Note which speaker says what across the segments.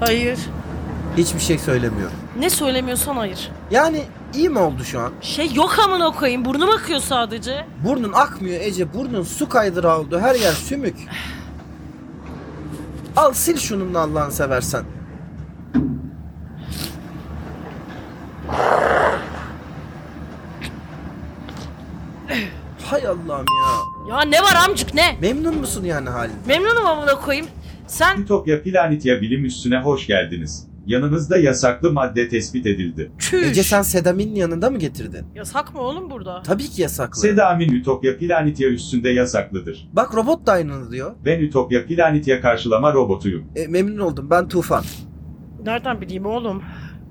Speaker 1: Hayır.
Speaker 2: Hiçbir şey söylemiyorum.
Speaker 1: Ne söylemiyorsan hayır.
Speaker 2: Yani iyi mi oldu şu an?
Speaker 1: Şey yok amına koyayım. Burnu bakıyor sadece.
Speaker 2: Burnun akmıyor Ece. Burnun su kaydırağı oldu. Her yer sümük. Al sil şununla Allah'ını seversen. Hay Allah'ım ya.
Speaker 1: Ya ne var amcık ne?
Speaker 2: Memnun musun yani halin?
Speaker 1: Memnunum amına koyayım. Sen
Speaker 3: Ütopya Planetya Bilim Üstüne hoş geldiniz. Yanınızda yasaklı madde tespit edildi.
Speaker 1: çüş.
Speaker 2: Ece sen Sedam'in yanında mı getirdin?
Speaker 1: Yasak mı oğlum burada?
Speaker 2: Tabii ki yasaklı.
Speaker 3: Sedamin Ütopya Planetya üstünde yasaklıdır.
Speaker 2: Bak robot da aynını diyor.
Speaker 3: Ben Ütopya Planetya karşılama robotuyum.
Speaker 2: E, memnun oldum ben Tufan.
Speaker 1: Nereden bileyim oğlum?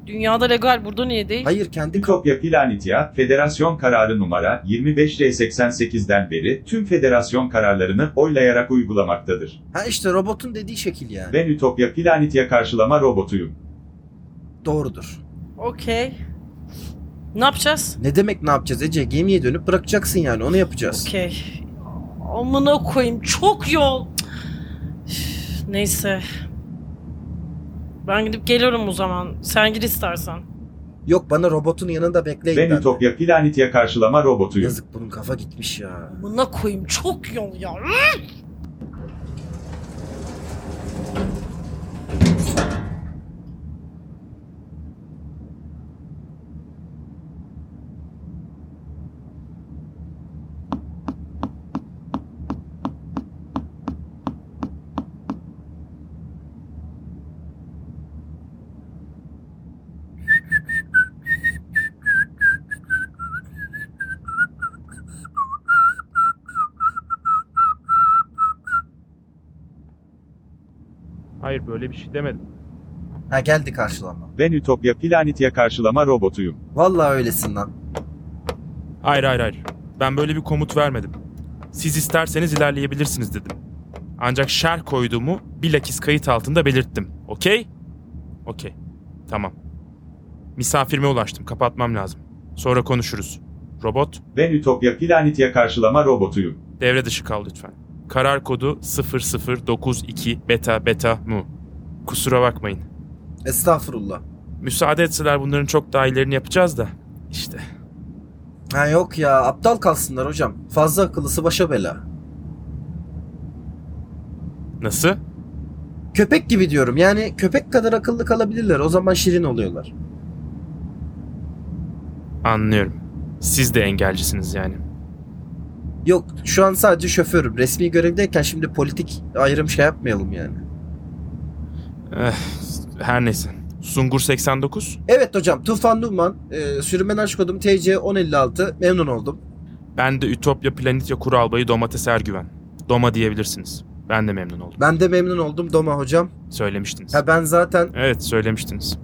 Speaker 1: Dünyada legal burada niye değil?
Speaker 2: Hayır kendi
Speaker 3: Ütopya Planetya, Federasyon kararı numara 25R88'den beri tüm federasyon kararlarını oylayarak uygulamaktadır.
Speaker 2: Ha işte robotun dediği şekil yani.
Speaker 3: Ben Ütopya Planetya karşılama robotuyum.
Speaker 2: Doğrudur.
Speaker 1: Okey. Ne yapacağız?
Speaker 2: Ne demek ne yapacağız Ece? Gemiye dönüp bırakacaksın yani onu yapacağız.
Speaker 1: Okey. Amına koyayım çok yol. Üf, Neyse. Ben gidip geliyorum o zaman. Sen gir istersen.
Speaker 2: Yok bana robotun yanında bekleyin.
Speaker 3: Ben
Speaker 2: dendi.
Speaker 3: Ütopya Planetya karşılama robotuyum.
Speaker 2: Yazık bunun kafa gitmiş ya.
Speaker 1: Amına koyayım çok yol ya.
Speaker 4: Hayır böyle bir şey demedim.
Speaker 2: Ha geldi karşılama.
Speaker 3: Ben Ütopya Planetya karşılama robotuyum.
Speaker 2: Vallahi öylesin lan.
Speaker 4: Hayır hayır hayır. Ben böyle bir komut vermedim. Siz isterseniz ilerleyebilirsiniz dedim. Ancak şer koyduğumu bilakis kayıt altında belirttim. Okey? Okey. Tamam. Misafirime ulaştım. Kapatmam lazım. Sonra konuşuruz. Robot,
Speaker 3: Ben Ütopya Planetya karşılama robotuyum.
Speaker 4: devre dışı kal lütfen. Karar kodu 0092 beta beta mu. Kusura bakmayın.
Speaker 2: Estağfurullah.
Speaker 4: Müsaade etseler bunların çok daha ilerini yapacağız da. İşte.
Speaker 2: Ha yok ya aptal kalsınlar hocam. Fazla akıllısı başa bela.
Speaker 4: Nasıl?
Speaker 2: Köpek gibi diyorum yani köpek kadar akıllı kalabilirler o zaman şirin oluyorlar.
Speaker 4: Anlıyorum. Siz de engelcisiniz yani.
Speaker 2: Yok şu an sadece şoförüm. Resmi görevdeyken şimdi politik ayrım şey yapmayalım yani.
Speaker 4: Eh, her neyse. Sungur 89.
Speaker 2: Evet hocam Tufan Numan, e, sürümen aşk kodum TC1056 memnun oldum.
Speaker 4: Ben de Ütopya Planetya Kuru Albayı Domates Ergüven. Doma diyebilirsiniz. Ben de memnun oldum.
Speaker 2: Ben de memnun oldum Doma hocam.
Speaker 4: Söylemiştiniz.
Speaker 2: Ha ben zaten
Speaker 4: Evet söylemiştiniz.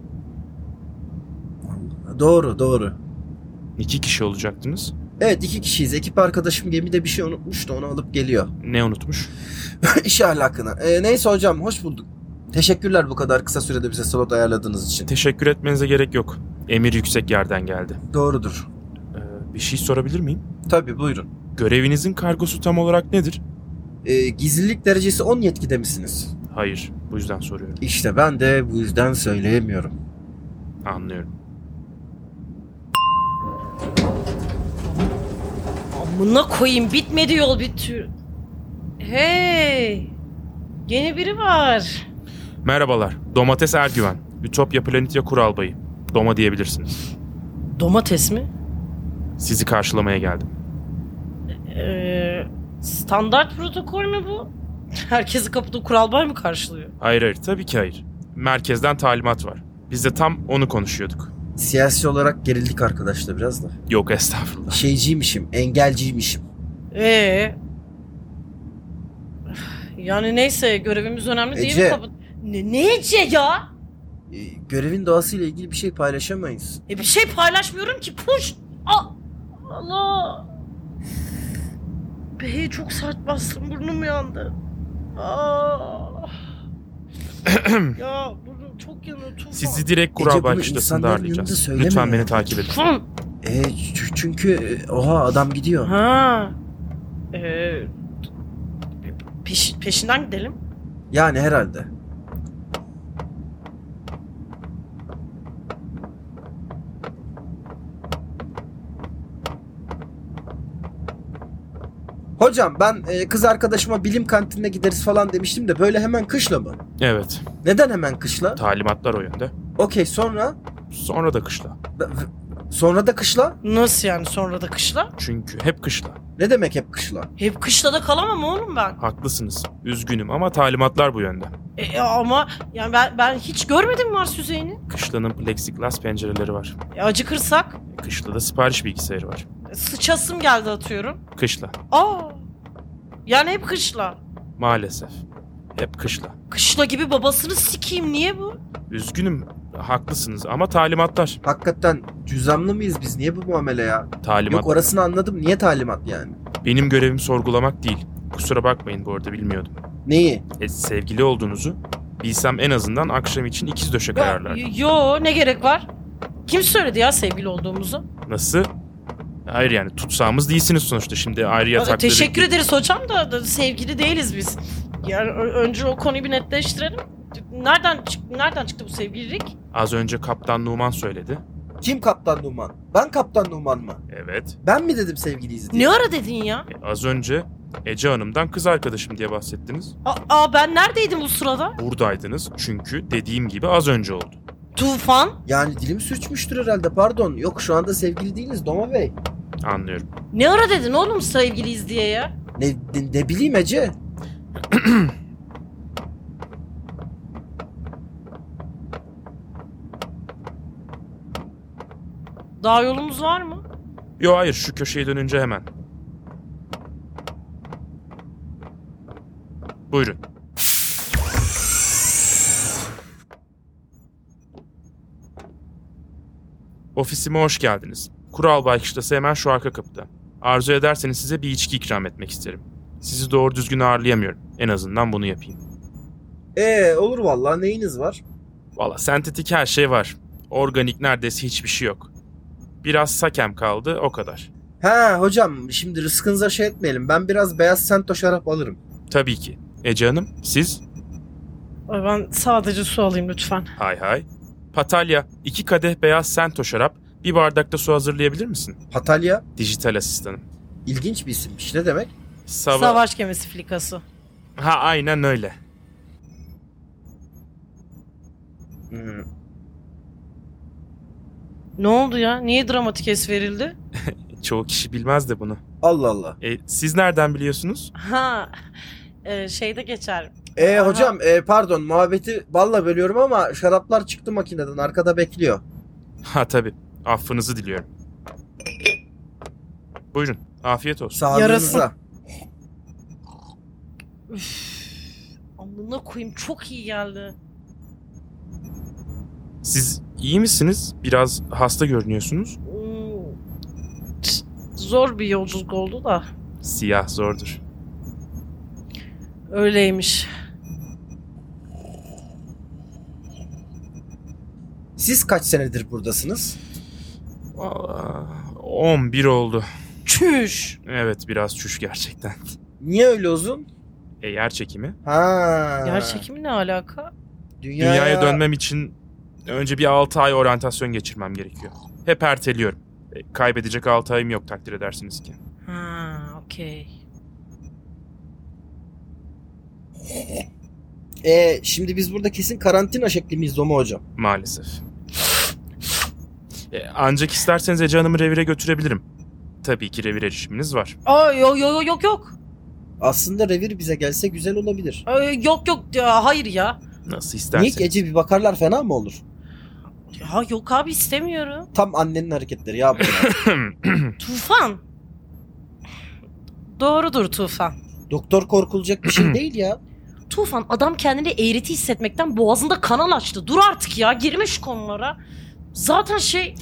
Speaker 2: doğru doğru.
Speaker 4: İki kişi olacaktınız.
Speaker 2: Evet iki kişiyiz. Ekip arkadaşım gemide bir şey unutmuş da onu alıp geliyor.
Speaker 4: Ne unutmuş?
Speaker 2: İş ahlakına. E, neyse hocam hoş bulduk. Teşekkürler bu kadar kısa sürede bize slot ayarladığınız için.
Speaker 4: Teşekkür etmenize gerek yok. Emir yüksek yerden geldi.
Speaker 2: Doğrudur.
Speaker 4: Ee, bir şey sorabilir miyim?
Speaker 2: Tabii buyurun.
Speaker 4: Görevinizin kargosu tam olarak nedir?
Speaker 2: E, gizlilik derecesi 10 yetkide misiniz?
Speaker 4: Hayır. Bu yüzden soruyorum.
Speaker 2: İşte ben de bu yüzden söyleyemiyorum.
Speaker 4: Anlıyorum.
Speaker 1: Amına koyayım bitmedi yol bir tür. Hey. Yeni biri var.
Speaker 4: Merhabalar. Domates Ergüven. Ütopya Planetya Kuru Albayı. Doma diyebilirsiniz.
Speaker 1: Domates mi?
Speaker 4: Sizi karşılamaya geldim.
Speaker 1: Ee, standart protokol mü bu? Herkesi kapıda kural var mı karşılıyor?
Speaker 4: Hayır hayır tabii ki hayır. Merkezden talimat var. Biz de tam onu konuşuyorduk.
Speaker 2: Siyasi olarak gerildik arkadaşla biraz da.
Speaker 4: Yok estağfurullah.
Speaker 2: Şeyciymişim, engelciymişim.
Speaker 1: Ee. Yani neyse görevimiz önemli değil mi?
Speaker 2: Ece.
Speaker 1: Kapı- Ne, ne Ece ya?
Speaker 2: E, görevin doğasıyla ilgili bir şey paylaşamayız.
Speaker 1: E bir şey paylaşmıyorum ki push. A- Allah. Be çok sert bastım burnum yandı. Aa. ya burnum çok yanıyor tufan.
Speaker 4: Sizi direkt
Speaker 2: Ece,
Speaker 4: kura
Speaker 2: bunu
Speaker 4: başlasında
Speaker 2: insanların yanında
Speaker 4: ağırlayacağız.
Speaker 2: söyleme
Speaker 4: Lütfen
Speaker 2: ya.
Speaker 4: beni takip edin.
Speaker 1: Tufan.
Speaker 2: E, ç- çünkü e, oha adam gidiyor.
Speaker 1: Ha. Ee, peş, peşinden gidelim.
Speaker 2: Yani herhalde. Hocam ben e, kız arkadaşıma bilim kantinine gideriz falan demiştim de böyle hemen kışla mı?
Speaker 4: Evet.
Speaker 2: Neden hemen kışla?
Speaker 4: Talimatlar o yönde.
Speaker 2: Okey sonra?
Speaker 4: Sonra da kışla.
Speaker 2: B- Sonra da kışla?
Speaker 1: Nasıl yani sonra da kışla?
Speaker 4: Çünkü hep kışla.
Speaker 2: Ne demek hep kışla?
Speaker 1: Hep kışla da kalamam oğlum ben.
Speaker 4: Haklısınız. Üzgünüm ama talimatlar bu yönde.
Speaker 1: E, e, ama yani ben, ben hiç görmedim Mars yüzeyini.
Speaker 4: Kışlanın plexiglas pencereleri var.
Speaker 1: E, acıkırsak
Speaker 4: Kışlada sipariş bilgisayarı var.
Speaker 1: e, sıçasım geldi atıyorum.
Speaker 4: Kışla.
Speaker 1: Aa. Yani hep kışla.
Speaker 4: Maalesef. Hep kışla.
Speaker 1: Kışla gibi babasını sikeyim niye bu?
Speaker 4: Üzgünüm. Haklısınız ama talimatlar.
Speaker 2: Hakikaten cüzdanlı mıyız biz? Niye bu muamele ya?
Speaker 4: Talimat.
Speaker 2: Yok orasını anladım. Niye talimat yani?
Speaker 4: Benim görevim sorgulamak değil. Kusura bakmayın bu arada bilmiyordum.
Speaker 2: Neyi?
Speaker 4: E, sevgili olduğunuzu bilsem en azından akşam için ikiz döşek
Speaker 1: Ya,
Speaker 4: ayarlardım.
Speaker 1: y- yo ne gerek var? Kim söyledi ya sevgili olduğumuzu?
Speaker 4: Nasıl? Hayır yani tutsağımız değilsiniz sonuçta şimdi ayrı
Speaker 1: Aa,
Speaker 4: yatakları.
Speaker 1: Teşekkür ederiz hocam da, da sevgili değiliz biz. Yani ö- önce o konuyu bir netleştirelim. Nereden çık- nereden çıktı bu sevgililik?
Speaker 4: Az önce Kaptan Numan söyledi.
Speaker 2: Kim Kaptan Numan? Ben Kaptan Numan mı?
Speaker 4: Evet.
Speaker 2: Ben mi dedim sevgiliyiz diye?
Speaker 1: Ne ara dedin ya?
Speaker 4: E, az önce Ece Hanım'dan kız arkadaşım diye bahsettiniz.
Speaker 1: Aa, aa, ben neredeydim bu sırada?
Speaker 4: Buradaydınız çünkü dediğim gibi az önce oldu.
Speaker 1: Tufan?
Speaker 2: Yani dilim sürçmüştür herhalde pardon. Yok şu anda sevgili değiliz Doma Bey.
Speaker 4: Anlıyorum.
Speaker 1: Ne ara dedin oğlum sevgiliyiz diye ya?
Speaker 2: Ne, ne, ne bileyim Ece?
Speaker 1: Daha yolumuz var mı?
Speaker 4: Yo hayır şu köşeye dönünce hemen. Buyurun. Ofisime hoş geldiniz. Kural Baykış'tası hemen şu arka kapıda. Arzu ederseniz size bir içki ikram etmek isterim. Sizi doğru düzgün ağırlayamıyorum. En azından bunu yapayım.
Speaker 2: Ee olur vallahi neyiniz var?
Speaker 4: Valla sentetik her şey var. Organik neredeyse hiçbir şey yok. Biraz sakem kaldı o kadar.
Speaker 2: Ha hocam şimdi rızkınıza şey etmeyelim. Ben biraz beyaz sento şarap alırım.
Speaker 4: Tabii ki. Ece Hanım siz?
Speaker 1: Ay, Ben sadece su alayım lütfen.
Speaker 4: Hay hay. Patalya, iki kadeh beyaz sento şarap, bir bardakta su hazırlayabilir misin?
Speaker 2: Patalya
Speaker 4: Dijital asistanım.
Speaker 2: ilginç bir isimmiş ne demek?
Speaker 4: Sava...
Speaker 1: Savaş gemisi flikası.
Speaker 4: Ha aynen öyle.
Speaker 2: Hmm.
Speaker 1: Ne oldu ya? Niye dramatik es verildi?
Speaker 4: Çoğu kişi bilmez de bunu.
Speaker 2: Allah Allah.
Speaker 4: E, siz nereden biliyorsunuz?
Speaker 1: Ha. e, şeyde geçer.
Speaker 2: Ee
Speaker 1: Aha.
Speaker 2: hocam e, pardon muhabbeti balla bölüyorum ama şaraplar çıktı makineden arkada bekliyor.
Speaker 4: Ha tabii. Affınızı diliyorum. Buyurun. Afiyet olsun.
Speaker 2: Sağlığınıza.
Speaker 1: Üf. Amına koyayım çok iyi geldi.
Speaker 4: Siz iyi misiniz? Biraz hasta görünüyorsunuz.
Speaker 1: Oo. Tş, Zor bir yolculuk oldu da.
Speaker 4: Siyah zordur.
Speaker 1: Öyleymiş.
Speaker 2: Siz kaç senedir buradasınız?
Speaker 4: Valla 11 oldu.
Speaker 1: Çüş.
Speaker 4: Evet biraz çüş gerçekten.
Speaker 2: Niye öyle uzun?
Speaker 4: E yer çekimi?
Speaker 2: Ha.
Speaker 1: Yer çekimi ne alaka?
Speaker 2: Dünya-
Speaker 4: Dünyaya dönmem için önce bir 6 ay oryantasyon geçirmem gerekiyor. Hep erteliyorum. E, Kaybedecek 6 ayım yok takdir edersiniz ki.
Speaker 1: Ha, okey.
Speaker 2: Ee, şimdi biz burada kesin karantina şekli miyiz Zoma hocam?
Speaker 4: Maalesef. E, Ancak isterseniz Ece Hanım'ı revire götürebilirim. Tabii ki revir erişiminiz var.
Speaker 1: Aa yok yok yok yok.
Speaker 2: Aslında revir bize gelse güzel olabilir.
Speaker 1: Aa, yok yok ya, hayır ya.
Speaker 4: Nasıl
Speaker 2: Niye
Speaker 4: isterseniz.
Speaker 2: gece bir bakarlar fena mı olur?
Speaker 1: Ya yok abi istemiyorum.
Speaker 2: Tam annenin hareketleri ya bunlar.
Speaker 1: Tufan. Doğrudur Tufan.
Speaker 2: Doktor korkulacak bir şey değil ya.
Speaker 1: Tufan adam kendini eğriti hissetmekten boğazında kanal açtı. Dur artık ya girme şu konulara. Zaten şey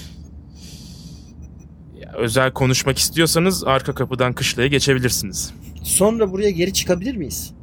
Speaker 4: Ya, Özel konuşmak istiyorsanız arka kapıdan kışlaya geçebilirsiniz.
Speaker 2: Sonra buraya geri çıkabilir miyiz?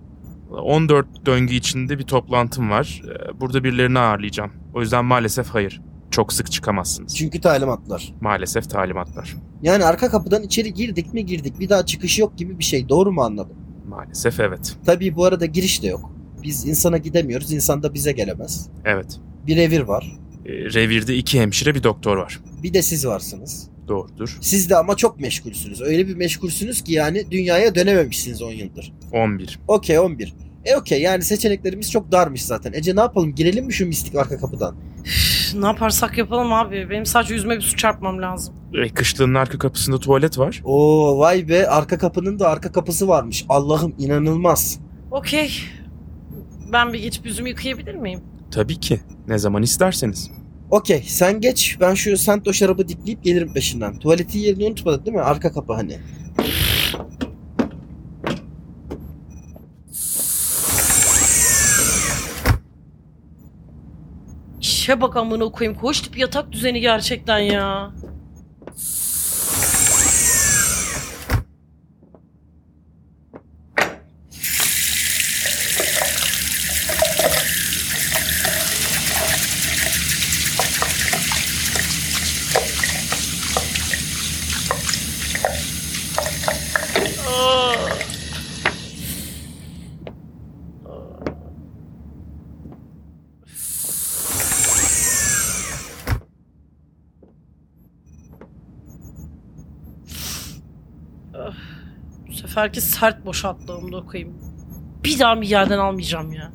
Speaker 4: 14 döngü içinde bir toplantım var. E, Burada birilerini ağırlayacağım. O yüzden maalesef hayır. Çok sık çıkamazsınız.
Speaker 2: Çünkü talimatlar.
Speaker 4: Maalesef talimatlar.
Speaker 2: Yani arka kapıdan içeri girdik mi girdik bir daha çıkış yok gibi bir şey. Doğru mu anladım?
Speaker 4: Maalesef evet.
Speaker 2: Tabii bu arada giriş de yok. Biz insana gidemiyoruz. insan da bize gelemez.
Speaker 4: Evet.
Speaker 2: Bir revir var.
Speaker 4: E, Revirde iki Ee, hemşire bir doktor var.
Speaker 2: Bir de siz varsınız.
Speaker 4: Doğrudur.
Speaker 2: Siz de ama çok meşgulsünüz. Öyle bir meşgulsünüz ki yani dünyaya dönememişsiniz 10 yıldır.
Speaker 4: 11.
Speaker 2: Okey 11. E okey yani seçeneklerimiz çok darmış zaten. Ece ne yapalım girelim mi şu mistik arka kapıdan?
Speaker 1: Üf, ne yaparsak yapalım abi. Benim sadece yüzüme bir su çarpmam lazım.
Speaker 4: E, kışlığının arka kapısında tuvalet var.
Speaker 2: Oo vay be arka kapının da arka kapısı varmış. Allah'ım inanılmaz.
Speaker 1: Okey. Ben bir geçip yüzümü yıkayabilir miyim?
Speaker 4: Tabii ki. Ne zaman isterseniz.
Speaker 2: Okey sen geç ben şu Santo şarabı dikleyip gelirim peşinden. Tuvaletin yerini unutmadın değil mi? Arka kapı hani.
Speaker 1: İşe bak amına koyayım. Koş tip yatak düzeni gerçekten ya. Aa. Bu seferki sert boşalttı amına koyayım. Bir daha mı yerden almayacağım ya.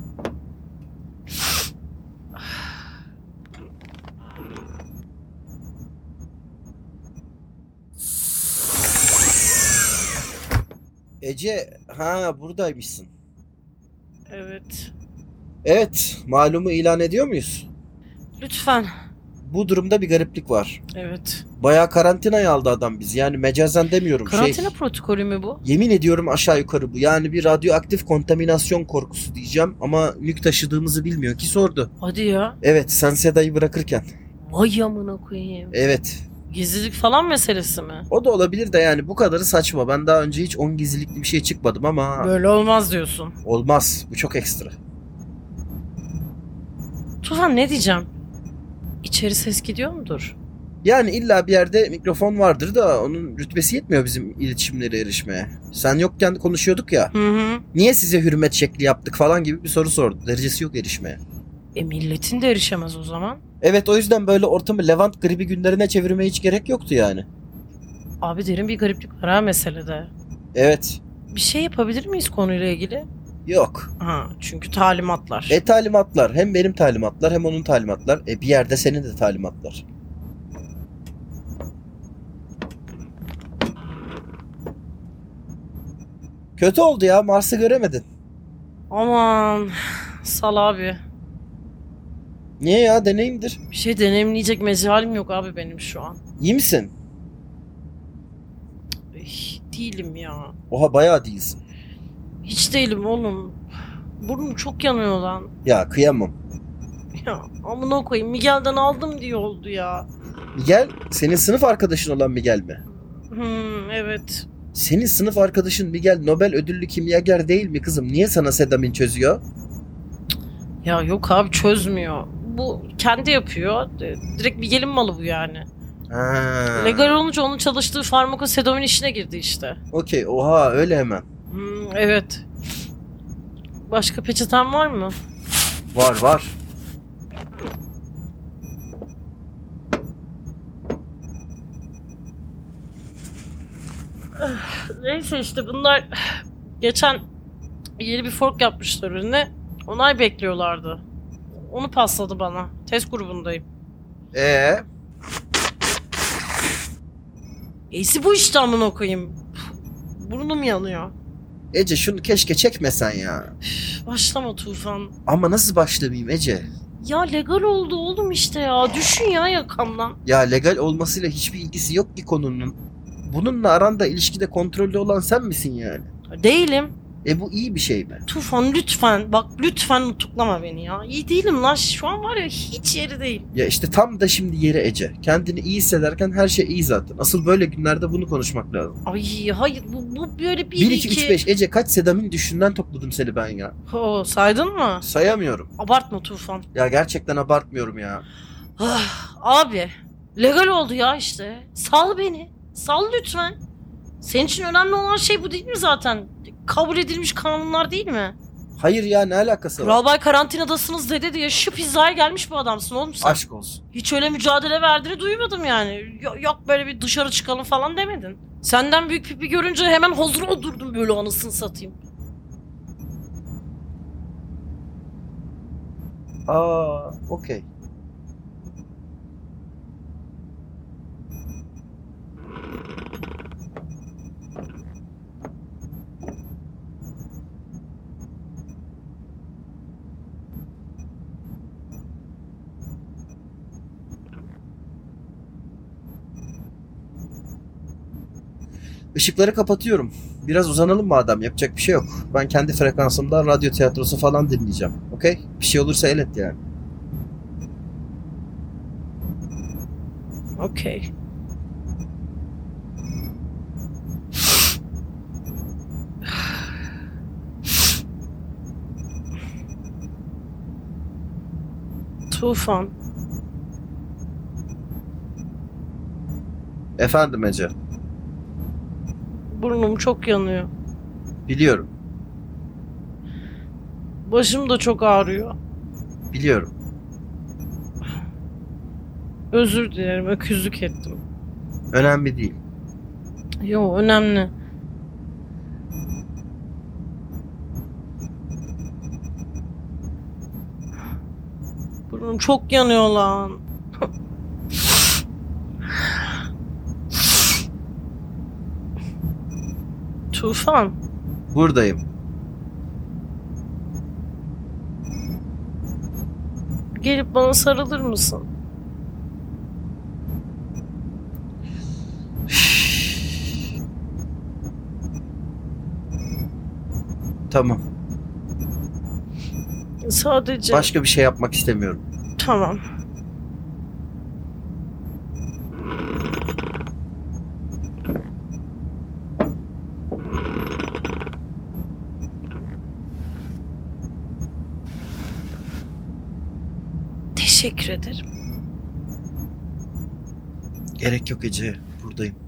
Speaker 2: Ece ha buradaymışsın.
Speaker 1: Evet.
Speaker 2: Evet malumu ilan ediyor muyuz?
Speaker 1: Lütfen.
Speaker 2: Bu durumda bir gariplik var.
Speaker 1: Evet.
Speaker 2: Bayağı karantinaya aldı adam bizi. Yani mecazen demiyorum.
Speaker 1: Karantina
Speaker 2: şey,
Speaker 1: protokolü mü bu?
Speaker 2: yemin ediyorum aşağı yukarı bu. Yani bir radyoaktif kontaminasyon korkusu diyeceğim ama yük taşıdığımızı bilmiyor ki sordu.
Speaker 1: Hadi ya.
Speaker 2: Evet sen Seda'yı bırakırken.
Speaker 1: Vay amına koyayım.
Speaker 2: Evet.
Speaker 1: Gizlilik falan meselesi mi?
Speaker 2: O da olabilir de yani bu kadarı saçma. Ben daha önce hiç 10 gizlilikli bir şey çıkmadım ama
Speaker 1: Böyle olmaz diyorsun.
Speaker 2: olmaz. Bu çok ekstra.
Speaker 1: Tufan ne diyeceğim? İçeri ses gidiyor mudur?
Speaker 2: Yani illa bir yerde mikrofon vardır da onun rütbesi yetmiyor bizim iletişimlere erişmeye. Sen yokken konuşuyorduk ya.
Speaker 1: Hı hı.
Speaker 2: Niye size hürmet şekli yaptık falan gibi bir soru sordu. Derecesi yok erişmeye.
Speaker 1: E milletin de erişemez o zaman.
Speaker 2: Evet o yüzden böyle ortamı Levant gribi günlerine çevirmeye hiç gerek yoktu yani.
Speaker 1: Abi derin bir gariplik var ha meselede.
Speaker 2: Evet.
Speaker 1: Bir şey yapabilir miyiz konuyla ilgili?
Speaker 2: Yok.
Speaker 1: Ha çünkü talimatlar.
Speaker 2: E talimatlar. Hem benim talimatlar hem onun talimatlar. E bir yerde senin de talimatlar. Kötü oldu ya. Mars'ı göremedin.
Speaker 1: Aman sal abi.
Speaker 2: Niye ya? Deneyimdir.
Speaker 1: Bir şey deneyimleyecek mecalim yok abi benim şu an.
Speaker 2: İyi misin?
Speaker 1: Üf, Eh, değilim ya.
Speaker 2: Oha bayağı değilsin.
Speaker 1: Hiç değilim oğlum. Burnum çok yanıyor lan.
Speaker 2: Ya kıyamam.
Speaker 1: Ya amına koyayım Miguel'den aldım diye oldu ya.
Speaker 2: Miguel senin sınıf arkadaşın olan Miguel mi?
Speaker 1: Hmm, evet.
Speaker 2: Senin sınıf arkadaşın Miguel Nobel ödüllü kimyager değil mi kızım? Niye sana sedamin çözüyor?
Speaker 1: Ya yok abi çözmüyor. Bu kendi yapıyor. E, Direkt bir gelin malı bu yani.
Speaker 2: Ha.
Speaker 1: Legal olunca onun çalıştığı farmakosedomin işine girdi işte.
Speaker 2: Okey oha öyle hemen.
Speaker 1: Hmm, evet. Başka peçeten var mı?
Speaker 2: Var var.
Speaker 1: Neyse işte bunlar geçen yeni bir fork yapmışlar önüne. Onay bekliyorlardı. Onu pasladı bana. Test grubundayım.
Speaker 2: Ee
Speaker 1: Esi bu işte amına koyayım. Burnum yanıyor.
Speaker 2: Ece şunu keşke çekmesen ya.
Speaker 1: Üf, Başlama Tufan.
Speaker 2: Ama nasıl başlamayayım Ece?
Speaker 1: Ya legal oldu oğlum işte ya. Düşün ya yakamdan.
Speaker 2: Ya legal olmasıyla hiçbir ilgisi yok ki konunun. Bununla aranda ilişkide kontrollü olan sen misin yani?
Speaker 1: Değilim.
Speaker 2: E bu iyi bir şey mi?
Speaker 1: Tufan lütfen bak lütfen nutuklama beni ya. İyi değilim lan şu an var ya hiç yeri değil.
Speaker 2: Ya işte tam da şimdi yeri Ece. Kendini iyi hissederken her şey iyi zaten. Asıl böyle günlerde bunu konuşmak lazım.
Speaker 1: Ay hayır bu, bu böyle bir
Speaker 2: 1, 2,
Speaker 1: iki.
Speaker 2: 3, 5 Ece kaç sedamin düşünden topladım seni ben ya.
Speaker 1: Oo, saydın mı?
Speaker 2: Sayamıyorum.
Speaker 1: Abartma Tufan.
Speaker 2: Ya gerçekten abartmıyorum ya.
Speaker 1: Ah, abi legal oldu ya işte. Sal beni. Sal lütfen. Senin için önemli olan şey bu değil mi zaten? Kabul edilmiş kanunlar değil mi?
Speaker 2: Hayır ya ne alakası var?
Speaker 1: Kral Bay karantinadasınız dedi diye şu pizzaya gelmiş bu adamsın oğlum sen.
Speaker 2: Aşk olsun.
Speaker 1: Hiç öyle mücadele verdiğini duymadım yani. Yo- Yok böyle bir dışarı çıkalım falan demedin. Senden büyük pipi görünce hemen huzura oturdum böyle anasını satayım.
Speaker 2: Aa, okey. Işıkları kapatıyorum. Biraz uzanalım madem. Yapacak bir şey yok. Ben kendi frekansımdan radyo tiyatrosu falan dinleyeceğim. Okey? Bir şey olursa el et yani.
Speaker 1: Okey. Tufan.
Speaker 2: Efendim Ece,
Speaker 1: Burnum çok yanıyor.
Speaker 2: biliyorum,
Speaker 1: Başım da çok ağrıyor.
Speaker 2: biliyorum.
Speaker 1: Özür dilerim öküzlük ettim.
Speaker 2: Önemli değil.
Speaker 1: Yo önemli. Burnum çok yanıyor lan. Tufan,
Speaker 2: Buradayım.
Speaker 1: gelip bana sarılır mısın?
Speaker 2: Tamam.
Speaker 1: Sadece
Speaker 2: Başka bir şey yapmak istemiyorum.
Speaker 1: tamam. Teşekkür ederim.
Speaker 2: Gerek yok Ece. Buradayım.